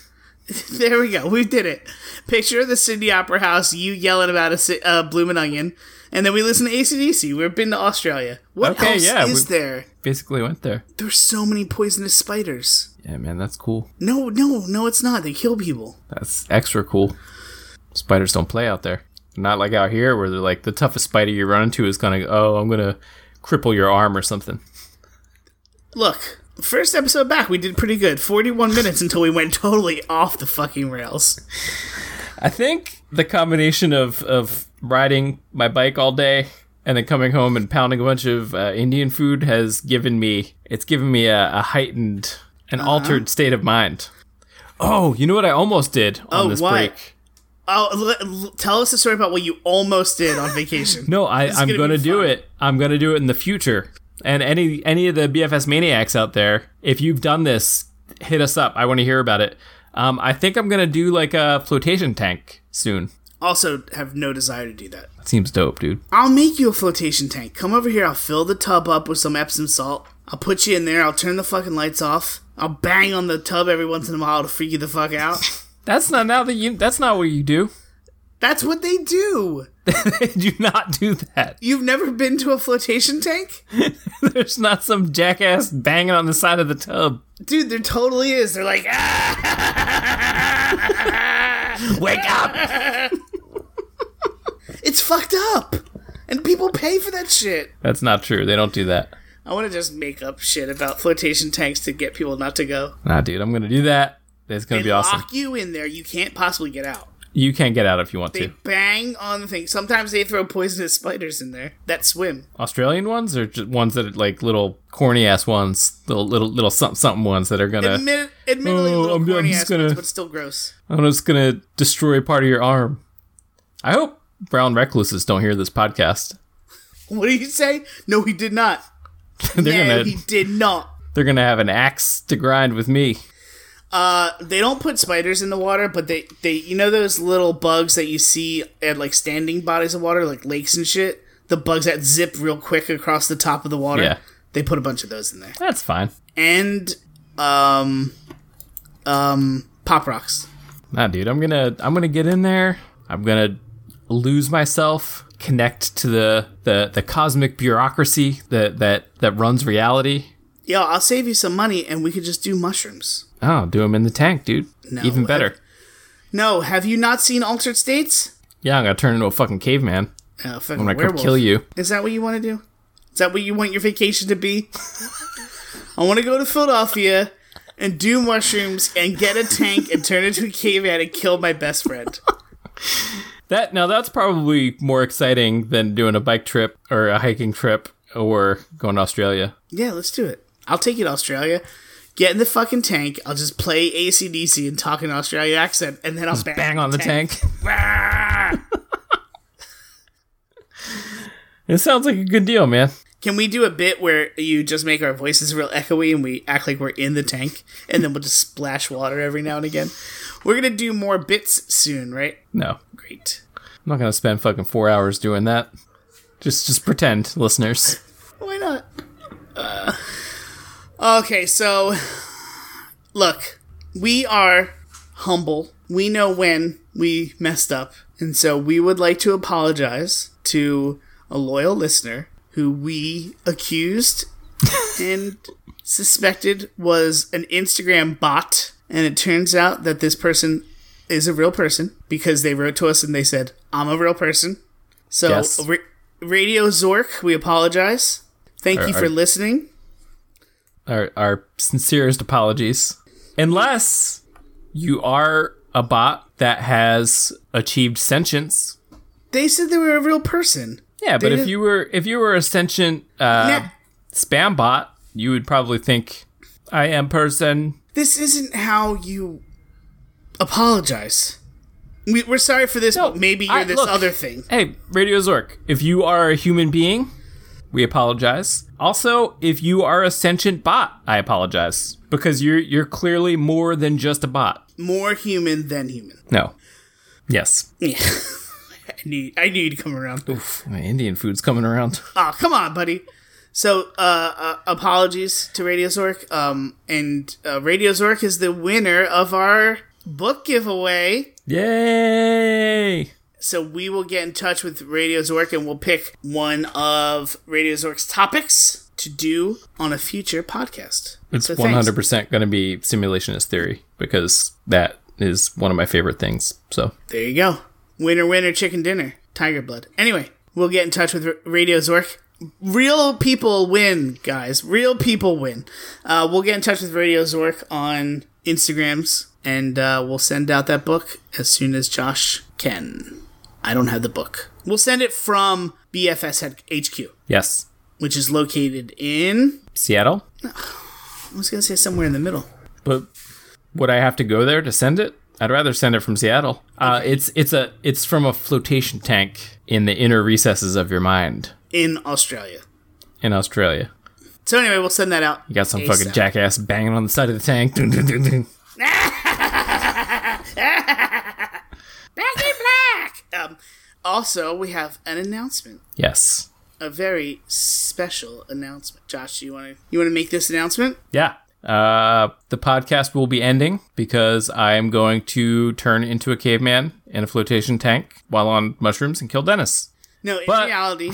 Speaker 2: There we go. We did it. Picture of the Sydney Opera House. You yelling about a si- uh, bloomin' onion, and then we listen to ACDC. We've been to Australia. What
Speaker 3: Okay,
Speaker 2: else
Speaker 3: yeah,
Speaker 2: is
Speaker 3: we-
Speaker 2: there?
Speaker 3: Basically went there.
Speaker 2: There's so many poisonous spiders.
Speaker 3: Yeah, man. That's cool.
Speaker 2: No, no, no. It's not. They kill people.
Speaker 3: That's extra cool. Spiders don't play out there. Not like out here where they're like the toughest spider you run into is gonna oh I'm gonna cripple your arm or something.
Speaker 2: Look, first episode back, we did pretty good. 41 minutes until we went totally off the fucking rails.
Speaker 3: I think the combination of of riding my bike all day and then coming home and pounding a bunch of uh, Indian food has given me it's given me a, a heightened an
Speaker 2: Uh-huh.
Speaker 3: altered state of mind. Oh, you know what I almost did on
Speaker 2: Oh,
Speaker 3: this
Speaker 2: what?
Speaker 3: break.
Speaker 2: Oh, l- l- tell us the story about what you almost did on vacation.
Speaker 3: No, I,
Speaker 2: is
Speaker 3: I'm
Speaker 2: gonna
Speaker 3: gonna,
Speaker 2: be
Speaker 3: do
Speaker 2: fun.
Speaker 3: it. I'm gonna do it in the future. And any any of the BFS maniacs out there, if you've done this, hit us up. I want to hear about it. Um, I think I'm gonna do like a flotation tank soon.
Speaker 2: Also, have no desire to do that.
Speaker 3: That seems dope, dude.
Speaker 2: I'll make you a flotation tank. Come over here. I'll fill the tub up with some Epsom salt. I'll put you in there. I'll turn the fucking lights off. I'll bang on the tub every once in a while to freak you the fuck out.
Speaker 3: That's not now that you. That's not what you do. *laughs*
Speaker 2: That's what they do.
Speaker 3: they do not do that.
Speaker 2: You've never been to a flotation tank?
Speaker 3: There's not some jackass banging on the side of the tub.
Speaker 2: Dude, there totally is. They're like, ah!
Speaker 3: Wake up!
Speaker 2: It's fucked up. And people pay for that shit.
Speaker 3: That's not true. They don't do that.
Speaker 2: I want to just make up shit about flotation tanks to get people not to go.
Speaker 3: Nah, dude. I'm gonna do that. It's gonna
Speaker 2: They
Speaker 3: be awesome.
Speaker 2: lock you in there. You can't possibly get out.
Speaker 3: You can get out if you want
Speaker 2: They
Speaker 3: to.
Speaker 2: bang on the thing. Sometimes they throw poisonous spiders in there that swim.
Speaker 3: Australian ones or just ones that are like little corny ass ones, little little little something something ones that are gonna
Speaker 2: Admit, admittedly,
Speaker 3: Oh,
Speaker 2: little
Speaker 3: I'm- I'm
Speaker 2: corny
Speaker 3: just
Speaker 2: ass
Speaker 3: gonna-
Speaker 2: ones, but still gross.
Speaker 3: I'm just gonna destroy part of your arm. I hope brown recluses don't hear this podcast. *laughs*
Speaker 2: What did you say? No, he did not.
Speaker 3: they're
Speaker 2: no,
Speaker 3: gonna
Speaker 2: he did not.
Speaker 3: they're gonna have an axe to grind with me.
Speaker 2: Uh, they don't put spiders in the water, but they they you know those little bugs that you see at like standing bodies of water, like lakes and shit. The bugs that zip real quick across the top of the water.
Speaker 3: Yeah.
Speaker 2: They put a bunch of those in there.
Speaker 3: That's fine.
Speaker 2: and um um pop rocks.
Speaker 3: Nah, dude, I'm gonna I'm gonna get in there. I'm gonna lose myself, connect to the the, the cosmic bureaucracy that that that runs reality.
Speaker 2: Yo, I'll save you some money and we could just do mushrooms.
Speaker 3: Oh, do them in the tank, dude.
Speaker 2: No,
Speaker 3: Even
Speaker 2: I-
Speaker 3: better.
Speaker 2: No, have you not seen Altered States?
Speaker 3: Yeah, I'm gonna turn into a fucking caveman.
Speaker 2: Oh, fucking
Speaker 3: I'm gonna
Speaker 2: werewolf.
Speaker 3: kill you.
Speaker 2: Is that what you want to do? Is that what you want your vacation to be? *laughs* I want to go to Philadelphia and do mushrooms and get a tank and turn into a caveman and kill my best friend.
Speaker 3: That now that's probably more exciting than doing a bike trip or a hiking trip or going to Australia.
Speaker 2: Yeah, let's do it. I'll take you to Australia. Get in the fucking tank. I'll just play ACDC and talk in an Australian accent, and then I'll bang,
Speaker 3: Bang on the tank. *laughs* it sounds like a good deal, man.
Speaker 2: Can we do a bit where you just make our voices real echoey and we act like we're in the tank and then we'll just splash water every now and again? We're going to do more bits soon, right?
Speaker 3: No. I'm
Speaker 2: Great.
Speaker 3: not gonna spend fucking four hours doing that. Just just pretend, listeners.
Speaker 2: Why not? Uh, okay, so look, we are humble. We know when we messed up. And so we would like to apologize to a loyal listener who we
Speaker 3: *laughs*
Speaker 2: accused and suspected was an Instagram bot. And it turns out that this person is a real person because they wrote to us and they said, I'm a real person. So,
Speaker 3: Yes.
Speaker 2: ra- Radio Zork, we apologize. Thank you
Speaker 3: Are-
Speaker 2: for
Speaker 3: are-
Speaker 2: listening.
Speaker 3: Our our sincerest apologies. Unless you are a bot that has achieved sentience.
Speaker 2: They said they were a real person.
Speaker 3: Yeah, but
Speaker 2: They
Speaker 3: if
Speaker 2: did-
Speaker 3: you were if you were a sentient uh,
Speaker 2: Nah,
Speaker 3: spam bot, you would probably think I am person.
Speaker 2: this isn't how you apologize. We, we're sorry for this,
Speaker 3: No,
Speaker 2: but maybe you're
Speaker 3: I-
Speaker 2: this
Speaker 3: look.
Speaker 2: other thing.
Speaker 3: Hey, Radio Zork, if you are a human being, we apologize. Also, if you are a sentient bot, I apologize because you're you're clearly more than just a bot.
Speaker 2: More human than human.
Speaker 3: No. Yes.
Speaker 2: Yeah. *laughs* I knew, I knew you'd come around.
Speaker 3: My Indian food's coming around.
Speaker 2: Oh, come on, buddy. So, uh, uh, apologies to Radio Zork. Um, and uh, Radio Zork is the winner of our book giveaway.
Speaker 3: Yay!
Speaker 2: So, we will get in touch with Radio Zork and we'll pick one of Radio Zork's topics to do on a future podcast.
Speaker 3: It's
Speaker 2: So
Speaker 3: one
Speaker 2: thanks.
Speaker 3: hundred percent going to be simulationist theory because that is one of my favorite things. So
Speaker 2: There you go. Winner, winner, chicken dinner. Tiger blood. Anyway, we'll get in touch with R- Radio Zork. Real people win, guys. Real people win. Uh, we'll get in touch with Radio Zork on Instagrams, and uh, we'll send out that book as soon as Josh can. I don't have the book. We'll send it from BFS HQ,
Speaker 3: yes,
Speaker 2: which is located in.
Speaker 3: Seattle.
Speaker 2: I was gonna say somewhere in the middle.
Speaker 3: But would I have to go there to send it? I'd rather send it from Seattle. Uh, it's it's a it's from a flotation tank in the inner recesses of your mind
Speaker 2: In Australia.
Speaker 3: in Australia.
Speaker 2: So anyway, we'll send that out.
Speaker 3: You got some
Speaker 2: ASAP.
Speaker 3: fucking jackass banging on the side of the tank. Dun, dun, dun, dun.
Speaker 2: Back in black. Um, also, we have an announcement.
Speaker 3: yes.
Speaker 2: a very special announcement. Josh, you want to you want to make this announcement?
Speaker 3: Yeah. Uh, the podcast will be ending because I am going to turn into a caveman in a flotation tank while on mushrooms and kill Dennis.
Speaker 2: No, in
Speaker 3: But-
Speaker 2: reality,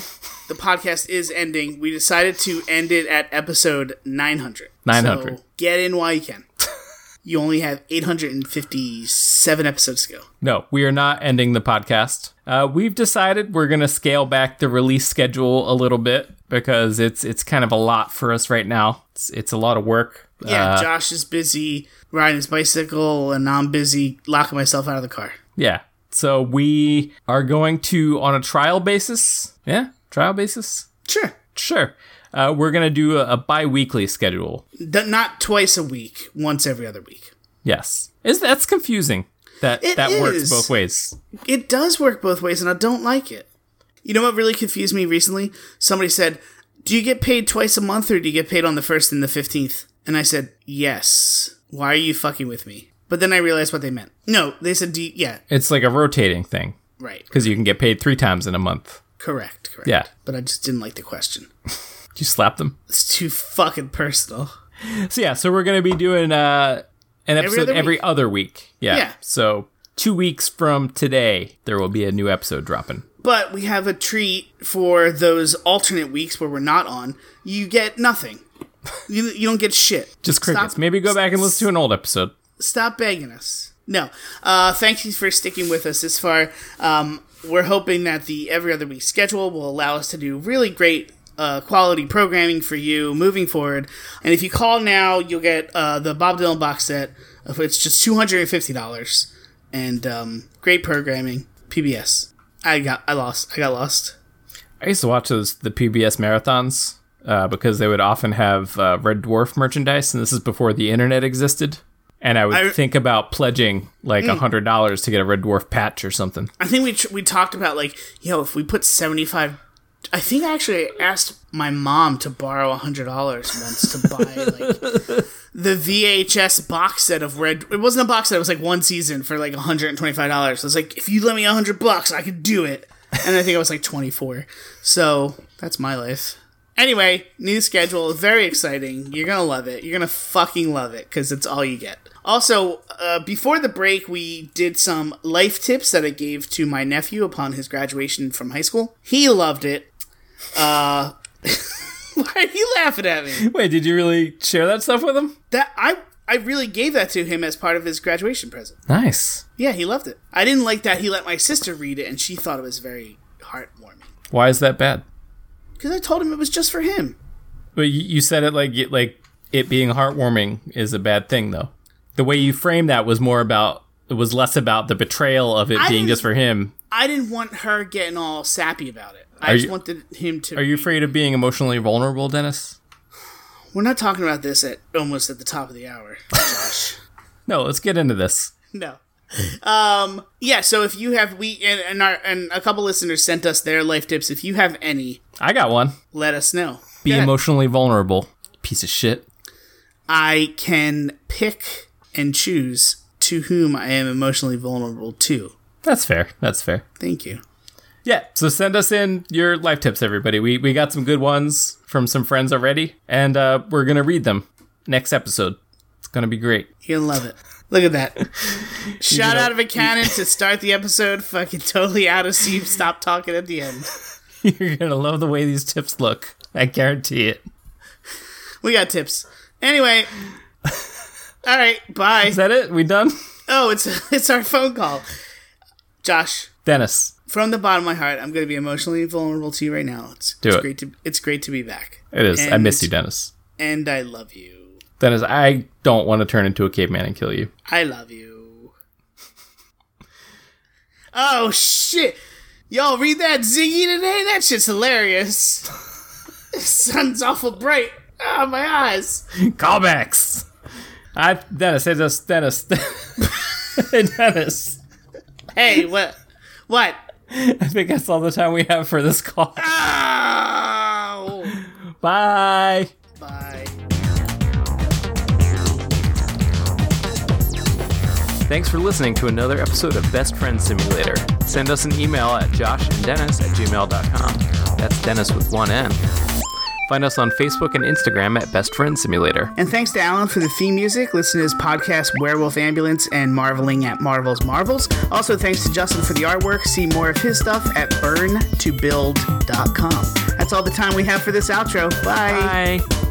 Speaker 2: the podcast is ending. We decided to end it at episode 900.
Speaker 3: 900.
Speaker 2: So get in while you can. You only have 857 episodes to go.
Speaker 3: No, we are not ending the podcast. Uh, we've decided we're gonna scale back the release schedule a little bit because it's it's kind of a lot for us right now. It's it's a lot of work.
Speaker 2: Yeah,
Speaker 3: Uh,
Speaker 2: Josh is busy riding his bicycle, and I'm busy locking myself out of the car.
Speaker 3: yeah. So we are going to on a trial basis. Yeah, trial basis.
Speaker 2: Sure.
Speaker 3: Sure. Uh, we're gonna do a, a bi-weekly schedule.
Speaker 2: D- not twice a week, once every other week.
Speaker 3: Yes, is that's confusing. That
Speaker 2: It
Speaker 3: that works
Speaker 2: is.
Speaker 3: both ways.
Speaker 2: it does work both ways and I don't like it. You know what really confused me recently? Somebody said, "Do you get paid twice a month or do you get paid on the 1st and the 15th?" And I said, "Yes. Why are you fucking with me?" But then I realized what they meant. No, they said, do you- "Yeah,
Speaker 3: It's like a rotating thing
Speaker 2: right.
Speaker 3: because you can get paid three times in a month.
Speaker 2: Correct, correct."
Speaker 3: Yeah.
Speaker 2: But I just didn't like the question.
Speaker 3: You slap them.
Speaker 2: It's too fucking personal.
Speaker 3: So yeah, so we're gonna be doing uh, an episode every
Speaker 2: other
Speaker 3: other, week. Yeah.
Speaker 2: Yeah.
Speaker 3: So two weeks from today, there will be a new episode dropping.
Speaker 2: But we have a treat for those alternate weeks where we're not on. You get nothing. You, you don't get shit.
Speaker 3: Just crickets.
Speaker 2: Stop-
Speaker 3: Maybe go back and listen to an old episode.
Speaker 2: stop begging us. No. Uh, thank you for sticking with us this far. Um, we're hoping that the every other week schedule will allow us to do really great uh, quality programming for you moving forward. And if you call now, you'll get uh, the Bob Dylan box set, of which just two hundred and fifty dollars, and um, great programming. PBS. I got. I lost. I got lost.
Speaker 3: I used to watch those the PBS marathons uh, because they would often have uh, Red Dwarf merchandise, and this is before the internet existed. And I Mm. would
Speaker 2: I-
Speaker 3: think about pledging like a hundred dollars to get a Red Dwarf patch or something.
Speaker 2: I think we tr- we talked about like yo if we put seventy five. I think I actually asked my mom to borrow hundred dollars once to buy like the VHS box set of Red. It wasn't a box set. It was like one season for like one hundred and twenty five dollars. I was like, if you let me hundred bucks, I could do it. And I think I was like twenty four. So that's my life. Anyway, new schedule, very exciting. You're gonna love it. You're gonna fucking love it because it's all you get. Also, uh, before the break, we did some life tips that I gave to my nephew upon his graduation from high school. He loved it. Uh, *laughs* why are you laughing at me?
Speaker 3: Wait, did you really share that stuff with them?
Speaker 2: That I I really gave that to him as part of his graduation present.
Speaker 3: Nice.
Speaker 2: Yeah, he loved it. I didn't like that he let my sister read it and she thought it was very heartwarming
Speaker 3: Why is that bad?
Speaker 2: because I told him it was just for him.
Speaker 3: But you, you said it like it- like it being heartwarming is a bad thing, though. The way you framed that was more about it was less about the betrayal of it
Speaker 2: I
Speaker 3: being
Speaker 2: didn't-
Speaker 3: just for him.
Speaker 2: I didn't want her getting all sappy about it. I
Speaker 3: Are
Speaker 2: just
Speaker 3: you-
Speaker 2: wanted him to.
Speaker 3: Are you afraid of being emotionally vulnerable, Dennis?
Speaker 2: We're not talking about this at almost at the top of the hour. *laughs*
Speaker 3: No, let's get into this.
Speaker 2: No. Um, yeah, so if you have we and, and our and a couple listeners sent us their life tips. If you have any,
Speaker 3: I got one.
Speaker 2: let us know.
Speaker 3: Be
Speaker 2: Go ahead.
Speaker 3: emotionally vulnerable. Piece of shit.
Speaker 2: I can pick and choose to whom I am emotionally vulnerable to.
Speaker 3: That's fair. That's fair.
Speaker 2: Thank you.
Speaker 3: Yeah, so send us in your life tips, everybody. We we got some good ones from some friends already, and uh, we're gonna read them next episode. It's gonna be great. *laughs*
Speaker 2: You're gonna love it. Look at that. Shot
Speaker 3: know-
Speaker 2: out of a cannon to start the episode. Fucking totally out of steam. Stop talking at the end.
Speaker 3: You're gonna love the way these tips look. I guarantee it.
Speaker 2: We got tips. Anyway. All right. Bye.
Speaker 3: Is that it? We done?
Speaker 2: Oh, it's *laughs* it's our phone call. Josh,
Speaker 3: Dennis,
Speaker 2: from the bottom of my heart, I'm going to be emotionally vulnerable to you right now. It's,
Speaker 3: Do
Speaker 2: it's
Speaker 3: it.
Speaker 2: great to it's great to be back,
Speaker 3: it is. I
Speaker 2: And-
Speaker 3: miss you, Dennis.
Speaker 2: and I love you.
Speaker 3: Dennis, I don't want to turn into a caveman and kill you. *laughs*
Speaker 2: I love you. Oh shit! Y'all read that Ziggy today? That shit's hilarious. *laughs* sun's awful bright. Oh my eyes.
Speaker 3: Callbacks. I Dennis, it's us, Dennis, *laughs* Dennis.
Speaker 2: Hey, what? What?
Speaker 3: I think that's all the time we have for this call. *laughs*
Speaker 2: Oh.
Speaker 3: Bye.
Speaker 2: Bye.
Speaker 3: Thanks for listening to another episode of Best Friend Simulator. Send us an email at joshanddennis at gmail.com. That's Dennis with one N. Find us on Facebook and Instagram at Best Friend Simulator.
Speaker 2: And thanks to Alan for the theme music. Listen to his podcast, Werewolf Ambulance, and Marveling at Marvel's Marvels. Also, thanks to Justin for the artwork. See more of his stuff at burntobuild.com. That's all the time we have for this outro. Bye.
Speaker 3: Bye.